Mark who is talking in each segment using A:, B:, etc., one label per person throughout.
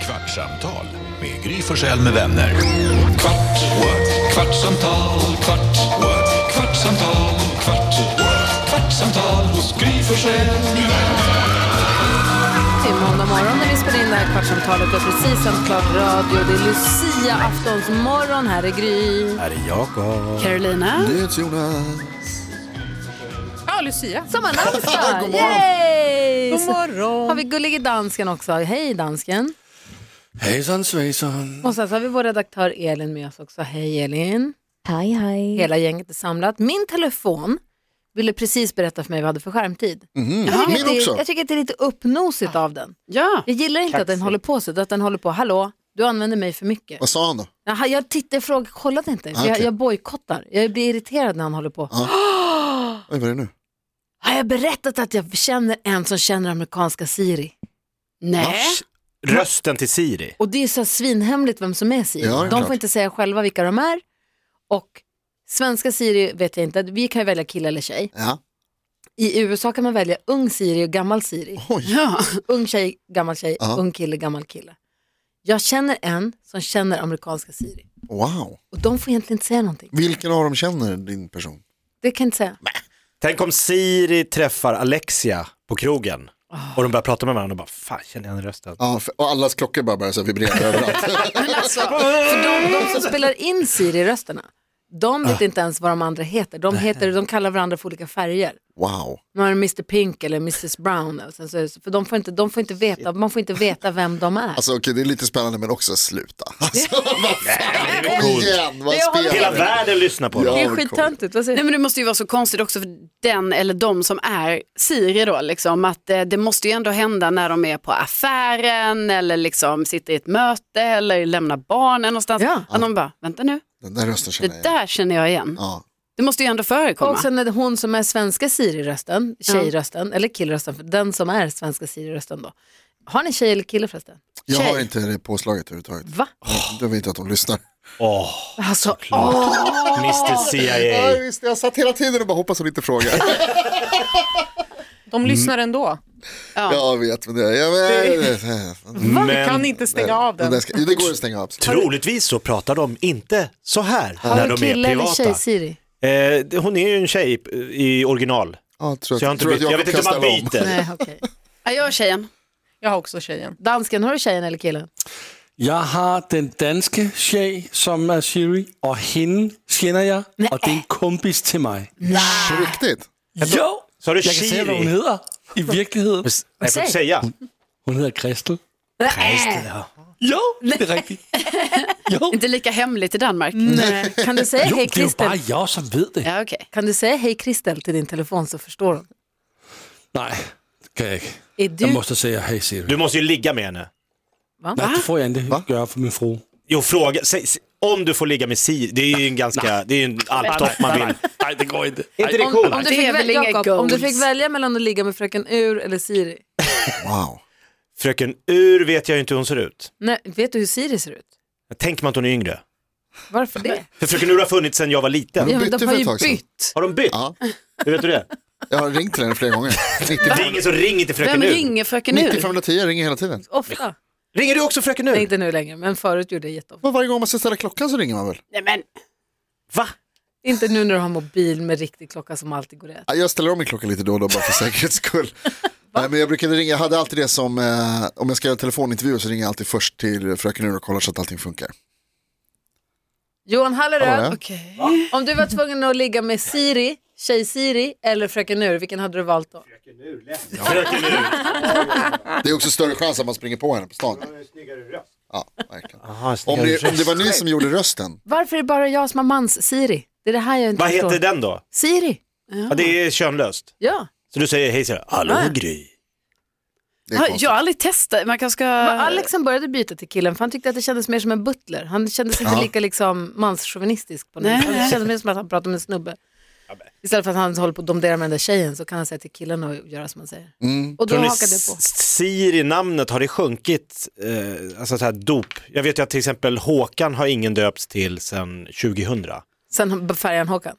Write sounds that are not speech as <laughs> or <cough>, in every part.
A: Kvartsamtal med Gry Forssell med vänner. Kvart, what? kvartsamtal, kvart, what? kvartsamtal, kvart, what? kvartsamtal hos Gry Forssell med vänner.
B: Det är måndag morgon när vi spelar in det här kvartsamtalet. Vi har precis sänt klart radio. Det är Lucia aftonsmorgon. Här är Gry.
C: Här är Jakob.
B: Carolina.
C: Jonas.
D: Ja, Lucia.
B: Som
C: <laughs>
B: har namnsdag.
C: God morgon.
B: Yay!
D: God
B: Så
D: morgon.
B: Har vi gullige dansken också. Hej dansken.
C: Hejsan svejsan.
B: Mm. Och sen så har vi vår redaktör Elin med oss också. Hej Elin.
E: Hej, hej.
B: Hela gänget är samlat. Min telefon ville precis berätta för mig vad jag hade för skärmtid. Jag, tycker att
C: Min
B: det,
C: också.
B: jag tycker att det är lite uppnosigt av den.
D: Ja.
B: Jag gillar inte att den håller på så, att den håller på, hallå, du använder mig för mycket.
F: Vad sa han då?
B: Jaha, jag tittar jag frågar, kollade inte. För
F: Ah,
B: jag,
F: okej.
B: jag bojkottar. Jag blir irriterad när han håller på.
F: Oj, vad är det nu?
B: Har jag berättat att jag känner en som känner amerikanska Siri?
D: Nej.
C: Rösten till Siri.
B: Och det är så här svinhemligt vem som är Siri.
F: Ja, det är
B: de
F: klart.
B: får inte säga själva vilka de är. Och svenska Siri vet jag inte, vi kan ju välja kille eller tjej.
F: Ja.
B: I USA kan man välja ung Siri och gammal Siri.
F: Oj.
D: Ja.
B: Ung tjej, gammal tjej,
F: Ja.
B: ung kille, gammal kille. Jag känner en som känner amerikanska Siri.
F: Wow.
B: Och de får egentligen inte säga någonting.
F: Vilken av dem känner din person?
B: Det kan jag inte säga.
C: Tänk om Siri träffar Alexia på krogen och de börjar prata med varandra och bara, fan känner jag igen rösten?
F: Ja, för- och allas klockor bara börjar så här vibrera överallt.
B: För de, de som spelar in Siri-rösterna, de vet inte ens vad de andra heter. De, heter, de kallar varandra för olika färger.
F: <laughs> Wow.
B: Man är Mr Pink eller Mrs Brown. Och sen så är det, så- för de får inte, de får inte veta, man får inte veta vem de är.
F: Alltså okej, det är lite spännande men också sluta. <laughs> Alltså, vad fan, kom igen, vad
B: Jag håller
C: Hela
F: spelar det?
C: världen lyssnar på dem.
B: det är
F: Ja,
B: skittöntigt. Vad säger
D: Nej,
B: du?
D: men det måste ju vara så konstigt också för den eller de som är Siri då, liksom, att eh, det måste ju ändå hända när de är på affären eller liksom sitter i ett möte eller lämnar barnen någonstans.
B: Ja.
D: Att de bara, vänta nu,
F: Den där rösten känner
D: det
F: jag igen.
D: där känner jag igen.
F: Ja.
D: Det måste ju ändå förekomma.
B: Och sen är det hon som är svenska Siri-rösten, tjejrösten, eller killrösten, för den som är svenska Siri-rösten då. Har ni tjej eller kille förresten?
F: Jag
B: Tjej.
F: har inte det påslaget överhuvudtaget.
B: Va?
F: Du vet att de lyssnar.
C: Åh,
B: Alltså,
C: Mr
F: Ja,
C: CIA.
F: visst, jag satt hela tiden och bara hoppas hon inte <laughs> frågar.
G: De lyssnar ändå.
F: Mm. Jag vet, men det, jag <laughs> vet.
G: Vi kan
C: Men
G: inte stänga av
F: Den
G: den.
F: där ska, jo, det går att stänga av.
C: troligtvis så pratar de inte så här
B: har
C: när
B: du
C: de är
B: kille eller
C: privata. <laughs>
B: tjej-Siri?
C: Eh, hon är ju en tjej eh, i original.
F: Ja, tror
C: Så jag, har inte
F: tror
C: bytt,
F: att
C: jag
F: Jakob
C: vet inte om man
F: kastar om.
C: byter.
B: Nej, okej.
D: Ja, jag är tjejen.
G: Jag har också tjejen.
B: Dansken, har du tjejen eller killen?
H: Jeg har den danske tjej, som er Siri, og hende kender jeg, og det er en kompis til mig.
F: På riktigt?
H: Jo!
C: Så har du
H: Jeg kan se, hvad hun
C: Siri.
H: hedder i virkeligheden.
C: Nej, jag får inte säga.
H: Hun hedder Kristel.
B: Nej.
H: Jo, det er <laughs> rigtigt. Jo,
D: Inte lika hemligt i Danmark.
B: Nej. Kan du säga
H: jo
B: hej
H: det er jo
B: Christer?
H: bare jeg, som ved det.
D: Ja, okej.
B: Kan du säga hej Kristel till din telefon så förstår hon?
H: Nej, det kan jeg ikke.
B: Är
H: Jeg
B: du...
H: måste sige, hey Siri.
C: Du måste ju ligga med henne.
H: Nej, det får jeg ikke gøre for min fru.
C: Jo, fråga. Säg, s- om du får ligga med Siri, det är ju en ganska, det är ju en alptopp man vill.
H: Nej, det går ikke.
C: Är inte det
B: Om, om,
C: coolt?
B: du
D: Det
B: fick
D: är väl
B: väl,
D: inga
B: Jakob, om du
D: goals.
B: fick välja mellan att ligga med fröken Ur eller Siri?
F: Wow.
C: Fröken Ur vet jag ju inte hur hon ser ut.
B: Nej, vet du hur Siri ser ut?
C: Tänk mig att hon är yngre.
B: Varför det?
C: För Fröken Ur har funnits sedan jag var liten.
B: Ja, men
F: bytte
B: de har
F: för ett
B: ju
F: tag sedan.
B: bytt.
C: Har de bytt?
F: Ja.
C: Hur vet du det?
F: Jag har ringt till henne flera gånger.
C: Det är ingen som ringer till
D: Vem
C: Fröken Ur.
D: ringer fröken
F: 90
D: ur?
F: 510 jag ringer hela tiden.
B: Ofta.
C: Ringer du också Fröken
B: Nej,
C: Ur?
B: inte nu längre, men förut gjorde jag jätteofta.
F: Men varje gång man ska ställa klockan så ringer man väl?
D: Nej, men,
C: Va?
B: Inte nu när du har mobil med riktig klocka som alltid går rätt.
F: Ja, Jag ställer om min klocka lite då och då bara för säkerhets skull. Nej, men jag brukade ringa, jag hade alltid det som, eh, om jag ska göra telefonintervjuer så ringer jag alltid först till fröken Ur och kollar så att allting funkar.
B: Johan
F: Hallå,
B: Halleröd,
F: ja.
D: okej.
B: om du var tvungen att ligga med Siri, tjej-Siri eller fröken Ur, vilken hade du valt då?
C: Fröken Ur.
F: Det är också större chans att man springer på henne på stan. Ja, verkligen.
C: Aha,
F: Om, det, om det var ni som gjorde rösten,
B: Varför är det bara jag som har mans-Siri? Det är det här jag inte
C: Vad heter
B: förstår.
C: den då?
B: Siri.
C: Ja, det är könlöst.
B: Ja.
C: Så du säger hej Siri. Hallå Gry.
F: det är
D: Ja,
F: konstigt.
D: Jag har aldrig testat. Man kanske ska...
B: Men Alexen började byta till killen för han tyckte att det kändes mer som en butler. Han kändes inte lika liksom manschauvinistisk på något
D: Nej.
B: sätt. Det kändes mer som att han pratade med en snubbe. Istället för att han håller på att domdera med den där tjejen så kan han säga till killen och göra som han säger.
F: Mm.
B: Och då
C: Tror ni
B: hakade det på.
C: S- Siri-namnet, har det sjunkit? Eh, alltså så här dop. Jag vet ju att till exempel Håkan har ingen döpts till sedan 2000.
B: Sen färgade han Håkan.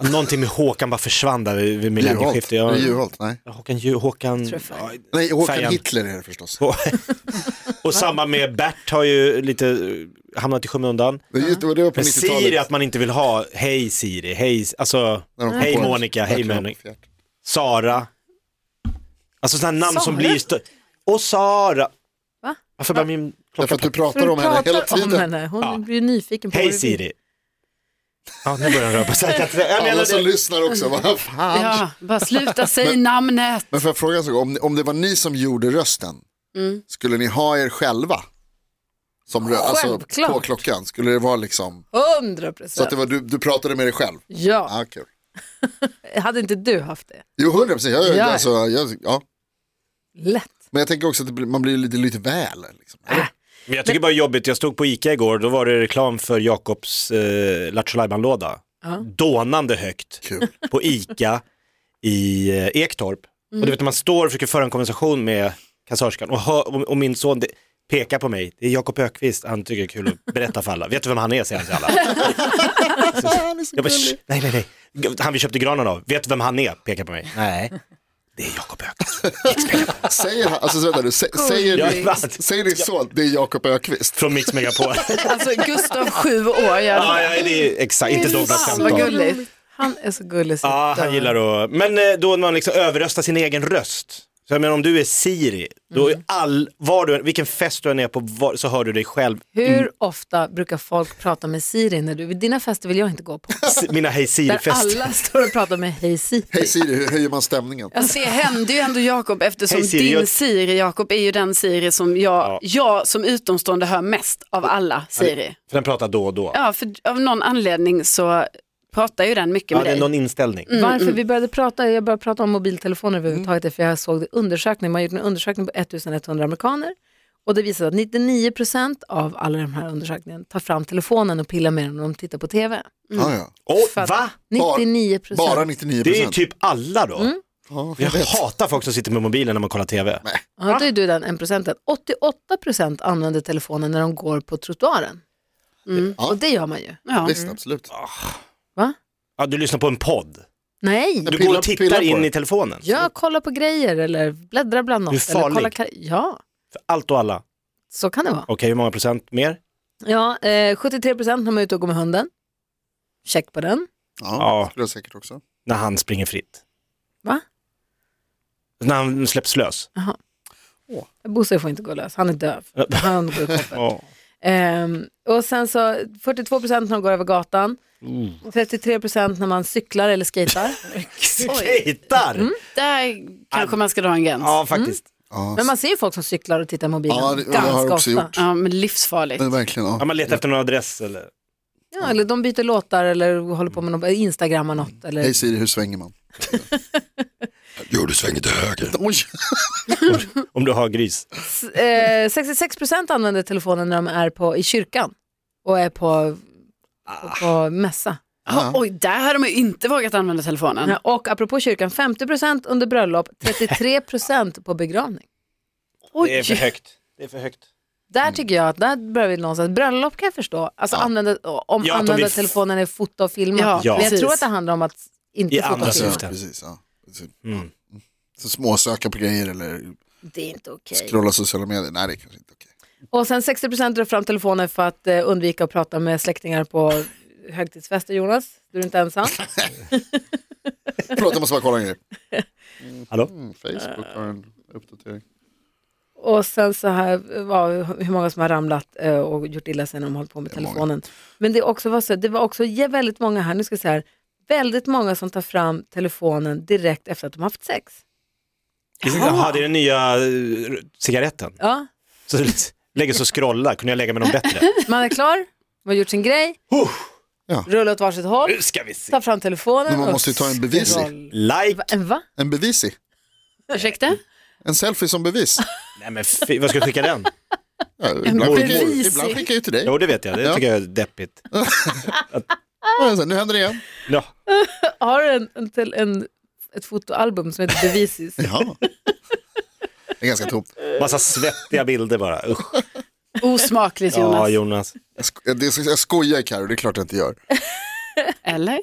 C: Någonting med Håkan bara försvann där vid- vid
F: Juholt?
C: millennieskiftet.
F: Är det
C: Jag...
F: Juholt? Nej.
C: Håkan, Ju- Håkan...
B: Tror jag fan.
C: Ja,
F: Nej, Håkan
C: Färjan.
F: Hitler är det förstås.
C: Hå- <laughs> Och samma med Bert har ju lite eh, hamnat i skymundan.
F: Det, är ju- det var det var på
C: Men Siri,
F: 90-talet.
C: att man inte vill ha, hej Siri, hej, alltså,
F: när de kom
C: hej
F: på
C: Monica, hej
F: verkligen.
C: Monica. Sara. Alltså sådana namn som blir... Stö- och Sara.
B: Va?
C: Varför börjar min
F: Därför
C: klocka...
F: att du pratar om henne hela
B: pratar om
F: tiden.
B: henne. Hon
C: Ja.
B: blir nyfiken på
C: Hej
B: vad du vill.
C: Siri. Ja, nu börjar den röra på sig. Jag kan inte- Jag menar
F: Alla som
C: det.
F: lyssnar också, vad fan.
D: Ja,
F: <laughs>
D: bara sluta säga namnet.
F: Men får jag fråga en sak, om, om det var ni som gjorde rösten,
B: Mm.
F: skulle ni ha er själva? Som rö- alltså,
B: Självklart.
F: på klockan, skulle det vara liksom,
B: 100
F: så att
B: procent.
F: det var du, du pratade med dig själv?
B: Ja,
F: Ah, kul.
B: hade inte du haft det?
F: Jo, hundra procent, jag,
B: Ja.
F: alltså, jag, ja.
B: Lätt.
F: men jag tänker också att det blir- man blir lite, lite väl. Liksom.
C: Men jag tycker bara det är jobbigt, jag stod på Ica igår, då var det reklam för Jakobs eh, Lattjo Lajban-låda. Dånande högt
F: Kul.
C: <laughs> på Ica i eh, Ektorp. Och du vet när man står och försöker föra en konversation med kassörskan och, hör, och, och min son det, pekar på mig, det är Jakob Ökvist, han tycker det är kul att berätta för alla. Vet du vem han är, säger han <laughs> till alla. Jag bara, "Shh, nej, nej, nej. G- Han vi köpte granen av, vet du vem han är, pekar på mig. Nej. Det är Jakob Ökvist.
B: Ah.
F: Säger, han- alltså, så vänta, du, sä, säger,
C: Ja,
F: din,
C: vad?
F: säger din son, det är Jakob Ökvist.
C: Från Mix Megapol.
D: Alltså Gustav sju år, ja,
C: <laughs> ja, ja, det är exakt, inte Douglas
D: fan vad
C: 15.
D: gulligt.
B: Han är så gullig. så
F: Ah.
C: Ja,
F: Mm.
C: han
B: dör.
C: gillar att, men eh, då när man liksom överröstar sin egen röst. Så jag menar om du är Siri, då är all, var du, än- vilken fest du än är på var, så hör du dig själv.
B: Hur ofta brukar folk prata med Siri när du, dina fester vill jag inte gå på.
C: S- Mina Hej
B: Där
C: Siri-fester.
B: alla står och pratar med Hej Siri.
F: Hej Siri, hur höjer man stämningen?
D: Fast Alltså, det händer ju ändå Jakob eftersom
C: Hej, Siri,
D: din
C: jag-
D: Siri Jakob är ju den Siri som jag, jag som utomstående hör mest av alla Siri.
C: För den pratar då och då. Ja,
D: Ja, för av någon anledning så pratar ju den mycket med
C: det är
D: dig.
C: någon inställning.
B: Varför vi började prata, jag började prata om mobiltelefoner överhuvudtaget, är för jag såg det undersökning, man har gjort en undersökning på 1100 amerikaner och det visade att 99% av alla de här undersökningarna tar fram telefonen och pillar med den när de tittar på tv.
F: Ja, ja.
C: Och,
B: För att-
C: va?
B: 99%.
F: Bara 99
C: Det är ju
F: procent.
C: typ alla då.
F: Ja,
C: Jag
F: jag vet.
C: hatar folk som sitter med mobilen när man kollar tv.
B: Ja, då är du den 1 procenten. 88 procent använder telefonen när de går på trottoaren. Mm.
F: Ja.
B: Och det gör man ju.
D: Ja.
F: Visst, absolut.
B: Va?
C: Ja, du lyssnar på en podd.
B: Nej,
C: Du går
F: Pilla-
C: och tittar
F: pilla på
C: in
F: det.
C: i telefonen.
B: jag kollar på grejer eller bläddrar bland något.
C: Du är farlig.
B: Eller kollar, kar- ja,
C: För allt och alla. Okej,
B: så kan det vara.
C: hur många procent mer?
B: Ja, eh, 73 procent när man är ute och går med hunden. Check på den.
F: Ja,
C: Ja.
F: det skulle jag säkert också.
C: När han springer fritt.
B: Va?
C: När han släpps lös.
B: Bosse får inte gå lös, han är
F: <laughs>
B: döv. Han går i koppel.
C: Ja. <laughs>
B: Ehm, och sen så 42 procent när de går över gatan.
F: Mm.
B: 33 procent när man cyklar eller
F: <laughs>
B: skejtar.
C: Skejtar!
D: Där kanske man ska dra en gräns.
C: Ja, faktiskt.
F: Ja,
B: Men man ser ju folk som cyklar och tittar i mobilen
F: Ja, det- det har jag
B: ganska
F: också
B: ofta.
F: gjort.
D: Ja, men livsfarligt.
F: men verkligen. Ja.
C: Ja, man letar efter någon adress eller?
B: Ja, eller de byter låtar eller håller på med något, instagrammar något. Eller...
F: Mm. Hej Siri, hur svänger man?
A: Jo, du svänger till höger.
F: <laughs> Oj,
C: Om du har gris.
B: Eh, 66 procent använder telefonen när de är på, i kyrkan och är på,
F: Ah.
B: på mässa.
D: Oj, där hade man ju inte vågat använda telefonen.
C: Mm.
B: Ja, Och apropå kyrkan, 50 procent under bröllop, 33 procent på begravning.
C: Det är för högt. Det är för högt. Mm.
B: Där tycker jag att där börjar vi någonstans. Bröllop kan jag förstå, alltså använda, om
C: Ja, att de
B: använda
C: vill f-
B: telefonen är fota och filma.
D: Ja,
C: Ja.
B: Men jag
D: precis.
B: tror att det handlar om att inte
C: I
B: fota
C: andra
B: och
F: alltså,
B: filma.
C: syften.
F: precis. Ja. Så-
C: Mm.
F: Så småsöka på grejer eller
B: Det är inte okej.
F: scrolla sociala medier. Nej, det är kanske inte okej.
B: Och sen 60 procent drar fram telefonen för att eh, undvika att prata med släktingar på högtidsfester, Jonas. Du är inte ensam.
F: Förlåt, jag måste bara kolla en grej.
C: Hallå?
F: Mm, Facebook har en uppdatering.
B: Och sen så här, eh, var hur många som har ramlat eh, och gjort illa sig när de hållit på med
F: är många.
B: telefonen. Men det, också var så, det var också jä- väldigt många här, nu ska jag säga här, väldigt många som tar fram telefonen direkt efter att de har haft sex.
C: Jaha, det är den nya eh, cigaretten.
B: Ja,
C: Så <laughs> lägger sig och scrollar, kunde jag lägga mig någon bättre?
B: man är klar, man har gjort sin grej,
F: Ja.
B: rullar åt varsitt håll,
C: Nu ska vi se.
B: tar fram telefonen.
F: Men man
B: och
F: måste ju ta en bevis i.
B: scroll-
C: Like.
B: Va- En va?
F: En bevis i.
D: <laughs> Ursäkta?
F: En selfie som bevis.
C: Nej men fy, vad ska jag skicka den?
F: Ja, ibland, skickar jag,
D: bevis i.
F: ibland skickar jag ju till dig.
C: Jo det vet jag, det
F: Ja.
C: tycker jag är deppigt.
F: Ja, så här, Nu händer det igen.
C: Ja.
B: Har du en, en, tel- en, ett fotoalbum som heter Bevisis?
F: Ja. Det är ganska tomt.
C: Massa svettiga bilder bara, usch.
D: Osmakligt Jonas.
C: Ja Jonas,
F: Jag, sko jag, det- jag skojar Carro, det är klart jag inte gör.
D: Eller?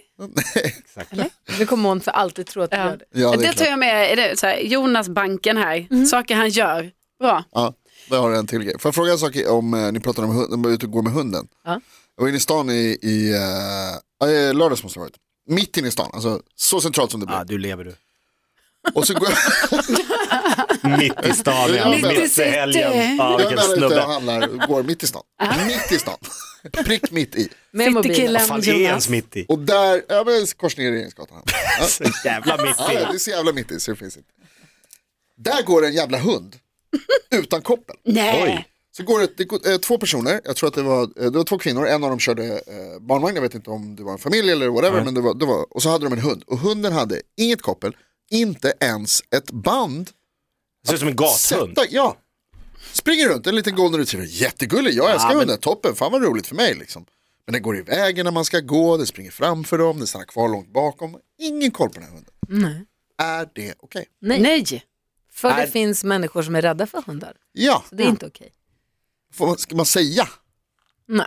C: exakt.
B: Nu kommer hon för alltid tro att du
D: Ja.
B: gör det.
F: Ja,
D: det
F: det är
D: tar
F: klart.
D: jag med, är det så här, Jonas banken här, saker han gör, bra.
F: Ja. Där har jag en till grej. Får jag fråga en sak om, eh, ni pratade om hund- om att ut och gå med hunden.
B: Ja.
F: Jag var inne i stan i, i eh, eh, lördags måste det ha varit. Mitt inne i stan, alltså så centralt som det blev.
C: ah, du lever du.
F: Och så går jag,
C: Mitt i stan, ja.
F: Mitt i
C: mitt i
D: city.
C: helgen.
F: <laughs> jag
C: Ja,
F: är
C: vilken
F: där ute och
C: snubbe.
F: handlar och går mitt i stan. mitt i stan. Prick mitt i.
B: Med mobilen.
D: Citykillen.
C: Vad fan är ens mitt i?
F: Och där, ja men korsningen Regeringsgatan. Ja.
C: Så jävla mitt
F: Ja,
C: i.
F: ja, det är så jävla mitt i så det finns inte. Där går en jävla hund utan koppel.
D: Nej.
F: Så går det, det går, eh, två personer, jag tror att det var, eh, det var två kvinnor, en av dem körde eh, barnvagn, jag vet inte om det var en familj eller whatever, men det var, det var, och så hade de en hund. Och hunden hade inget koppel, inte ens ett band.
C: Det ser ut som en gathund.
F: Sätta, ja. Springer runt, en liten golden retriever, jättegullig, jag älskar hunden, toppen, fan vad roligt för mig liksom. Men den går i vägen när man ska gå, den springer framför dem, den stannar kvar långt bakom. Ingen koll på den här hunden. Är det okej?
B: Nej.
D: Nej.
B: För det finns människor som är rädda för hundar.
F: Ja,
B: Så det är inte okej.
F: får man, ska man säga?
B: Nej,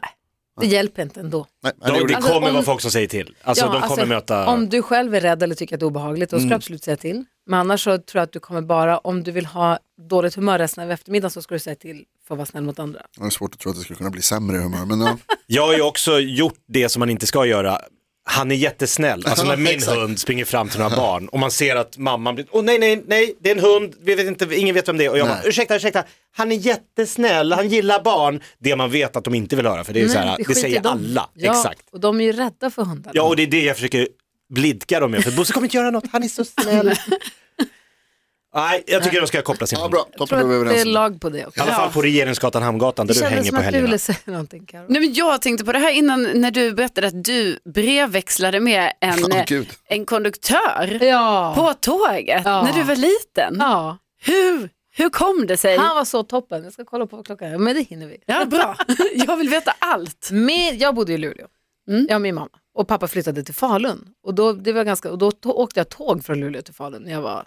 B: det hjälper inte ändå.
F: Nej, nej, det
C: De,
F: gjorde
C: det
F: jag
B: Alltså,
C: kommer
B: om-
C: vara folk som säger till. Alltså de kommer möta... Mm.
B: Om du själv är rädd eller tycker att det är obehagligt, då ska du absolut säga till. Men annars så tror jag att du kommer bara, om du vill ha dåligt humör resten av eftermiddagen så ska du säga till för att vara snäll mot andra.
F: inte. Det är svårt att tro att det skulle kunna bli sämre humör, men ja.
C: Jag har ju också gjort det som man inte ska göra. Han är jättesnäll.
B: <laughs>
C: Alltså när min
F: Exakt.
C: hund springer fram till några barn och man ser att mamman blir, åh nej, nej, nej, det är en hund, vi vet inte, ingen vet vem det är. Och jag
F: Nej.
C: bara, ursäkta, ursäkta, han är jättesnäll, han gillar barn. Det man vet att de inte vill höra, för det är så här, det,
B: skiter i
C: säger
B: dem.
C: alla.
B: Ja,
C: Exakt.
B: Och de är ju rädda för hundar.
C: Ja, och det är det jag försöker blidka dem med, för Bosse kommer inte göra något, han
B: <laughs>
C: är så snäll. nej, jag tycker de ska koppla sin
F: ja,
C: hund.
F: bra,
B: jag
F: toppen
B: tror
F: är
B: att
F: vi
B: det är
F: överens. om.
B: lag på det
C: I
B: också.
C: alla fall på Regeringsgatan, Hamngatan, där
B: Det
C: du
B: kändes
C: hänger
B: som
C: på
B: att du
C: helgerna.
B: ville säga någonting Karo.
D: Nej, men jag tänkte på det här innan när du berättade att du brevväxlade med en,
B: eh,
F: Åh, Gud.
D: en konduktör
B: Ja.
D: på tåget
B: Ja.
D: när du var liten.
B: ja,
D: Hur, hur kom det sig?
B: han var så toppen. Jag ska kolla på vad klockan är, men det hinner vi. <laughs>
D: Ja, bra. Jag vill veta allt.
B: Min, jag bodde i Luleå,
D: Mm.
B: jag och min mamma. Och pappa flyttade till Falun. Och då, det var ganska, och då to- åkte jag tåg från Luleå till Falun när jag var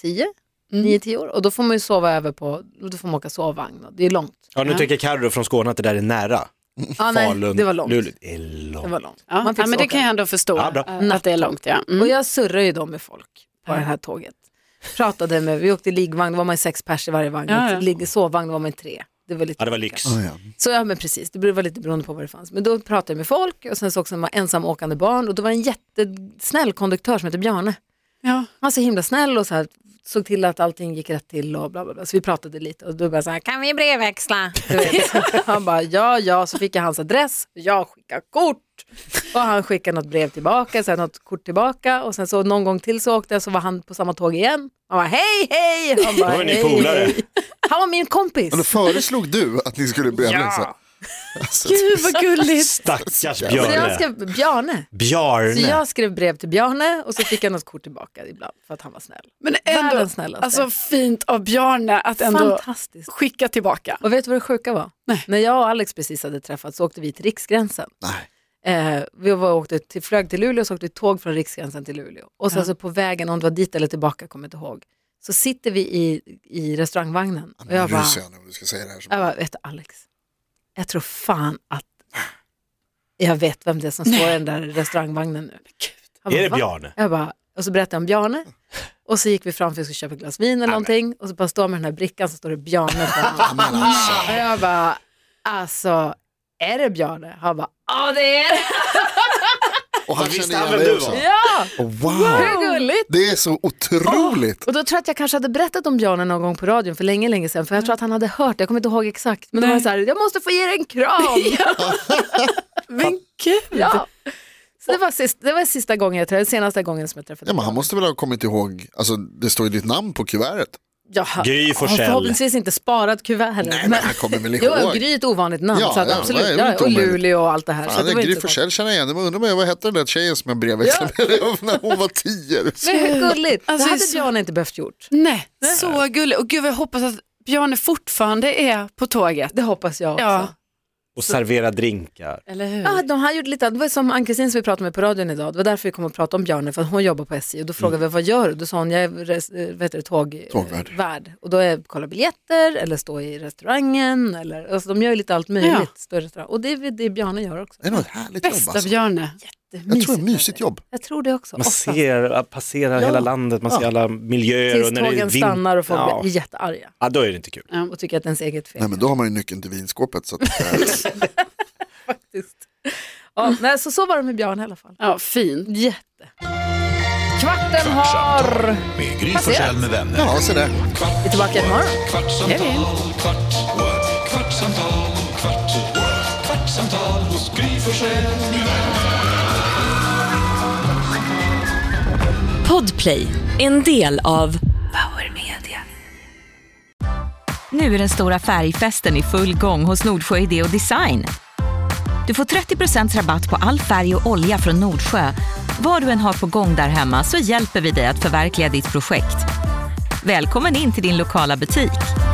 B: 10,
D: Mm.
B: 9-10 år. Och då får man ju sova över på, då får man åka sovvagn. och Det är långt.
C: Ja, nu tycker Carro från Skåne att det där är nära.
B: Ah, nej,
C: Falun,
B: det var långt.
C: Luleå. Det är långt.
B: Det var långt.
D: Ja,
B: Man fick
D: ja, men det
B: åka.
D: kan jag ändå förstå
C: Ja, bra.
D: att det är långt. Ja. Mm.
B: Och jag surrar ju då med folk på det här tåget. Pratade med, vi åkte i liggvagn, då var man ju sex pers i varje vagn.
D: Ja, ja.
B: Ligg- Sovvagn då var man tre. Det var lite
C: Ja, det var
B: olika.
C: lyx.
F: Ah, ja.
B: Så ja men precis, det var lite beroende på vad det fanns. Men då pratade jag med folk och sen så också en ensamåkande barn och då var det en jättesnäll konduktör som hette Bjarne.
D: Ja.
B: Han var så himla snäll och så här, såg till att allting gick rätt till och bla bla bla. Så vi pratade lite och då började jag så här, kan vi brevväxla? Du vet. <laughs> han bara, ja ja, så fick jag hans adress, jag skickade kort och han skickade något brev tillbaka, så här, något kort tillbaka och sen så någon gång till så åkte jag så var han på samma tåg igen. Han bara, hej hej! Han bara,
C: Då var ni
B: "Hej,
C: polare."
B: hej." Han var min kompis.
F: Men då föreslog du att ni skulle brevväxla?
B: Ja.
F: Alltså,
D: Gud vad gulligt.
C: Stackars
B: Så jag
C: Björne.
B: skrev, Bjarne. Så
C: Bjarne.
B: jag skrev brev till Bjarne och så fick jag något kort tillbaka ibland för att han var snäll.
D: Men
B: Världens
D: ändå,
B: snällaste.
D: alltså fint av Bjarne att ändå
B: Fantastiskt.
D: skicka tillbaka.
B: Och vet du vad det sjuka var?
D: Nej.
B: När jag och Alex precis hade träffats så åkte vi till Riksgränsen.
F: nej.
B: Eh, vi var, åkte till, flög till Luleå och så åkte vi tåg från Riksgränsen till Luleå. Och sen så på vägen, om det var dit eller tillbaka, kommer jag inte ihåg, så sitter vi i, i restaurangvagnen. Och jag
F: Jag
B: bara,
F: ryser jag nu om du ska säga det här. Som...
B: jag bara, vet du Alex, jag tror fan att jag vet vem det är som står i den där restaurangvagnen nu. Han
C: Är
B: bara,
C: det
B: "Va?"
C: Bjarne?
B: Jag bara, och så berättade jag om Bjarne. Och så gick vi fram för att vi skulle köpa ett glas vin eller någonting. Och så bara står jag med den här brickan så står det Bjarne
F: <laughs>
B: på den.
F: Men alltså,
B: Och jag bara, alltså är det Bjarne? Han bara, ja det är det.
F: och han
C: Visst
F: kände
C: han
F: igen
C: vem
F: dig
C: du
F: också.
C: var?
B: Ja,
F: Och wow,
B: hur gulligt.
F: det är så otroligt.
B: Och då tror jag att jag kanske hade berättat om Bjarne någon gång på radion för länge, länge sedan. För jag tror att han hade hört det, jag kommer inte ihåg exakt. Men då var jag så här, jag måste få ge dig en kram.
D: Men gud.
B: ja. Så det var, sist, det var sista gången jag träffade, senaste gången som jag träffade
F: Ja, men han
B: Bjarne.
F: måste väl ha kommit ihåg, alltså, det står ju ditt namn på kuvertet.
B: Ja, han-
C: Gry
B: han har
C: Forssell.
B: Förhoppningsvis inte sparat kuvertet.
F: Nej, men han kommer väl
B: <laughs> Jo,
F: ihåg.
B: Gry är ett ovanligt namn.
F: Ja,
B: så att
F: ja,
B: absolut.
F: det är väl
B: Ja,
F: inte
B: och
F: omöjligt.
B: Luleå och allt det här. så
F: Fan,
B: att det
F: det
B: var
F: Gry
B: inte så
F: Forssell känner jag igen, men undrar mig, vad hette den där tjejen som jag brevväxlade med <laughs> när hon var tio?
B: konstigt. Men hur gulligt?
D: Alltså,
B: det
D: det
B: hade
D: är så-
B: Björn inte behövt gjort.
D: Nej, så gulligt. Och gud jag hoppas att Bjarne fortfarande är på tåget.
B: Det hoppas jag också.
D: Ja.
B: Ja.
C: Och servera drinkar.
D: Eller hur?
B: de har gjort lite, det var som Ann-Kristin som vi pratade med på radion idag, det var därför vi kom och pratade om Björne, för hon jobbar på SJ och då frågade vi vad gör du? Då sa hon, jag är res, eh, vad heter det, tåg,
F: Mm. Tågvärd.
B: eh, värd. och då är jag kollar biljetter eller står i restaurangen, eller, alltså, de gör ju lite allt möjligt.
D: Ja.
B: Står i restaurang. Och det är det Björne gör också.
F: Det är nog ett härligt jobb
D: Bästa
F: alltså.
D: Bjarne.
F: Jag
B: jättemysigt.
F: tror det är ett mysigt jobb.
B: Jag tror det också.
C: Man
B: Ofta.
C: ser, passerar
B: Ja.
C: hela landet, man ser
F: Ja.
C: alla miljöer.
B: Tills
C: och när det är
B: tågen
C: vin-
B: stannar och folk
C: ja.
B: blir jättearga
C: ja, då är det inte kul.
B: och tycker att ens eget fel.
F: Nej men då har man ju nyckeln till vinskåpet. Så att, eh,
B: <laughs> faktiskt. Ja, nej, så, så var det med Björn i alla fall.
D: Ja, fint.
B: Jätte. Kvarten har...
A: Kvartsamtal med Gry Forssell med vänner.
F: ja, se där.
B: Vi är tillbaka imorgon.
A: Kvartsamtal, kvart, what? kvartsamtal, kvart, what? kvartsamtal hos Gry Forssell med vänner.
E: Podplay, en del av Power Media. Nu är den stora färgfesten i full gång hos Nordsjö Idé och Design. Du får 30 rabatt på all färg och olja från Nordsjö. Vad du än har på gång där hemma så hjälper vi dig att förverkliga ditt projekt. Välkommen in till din lokala butik.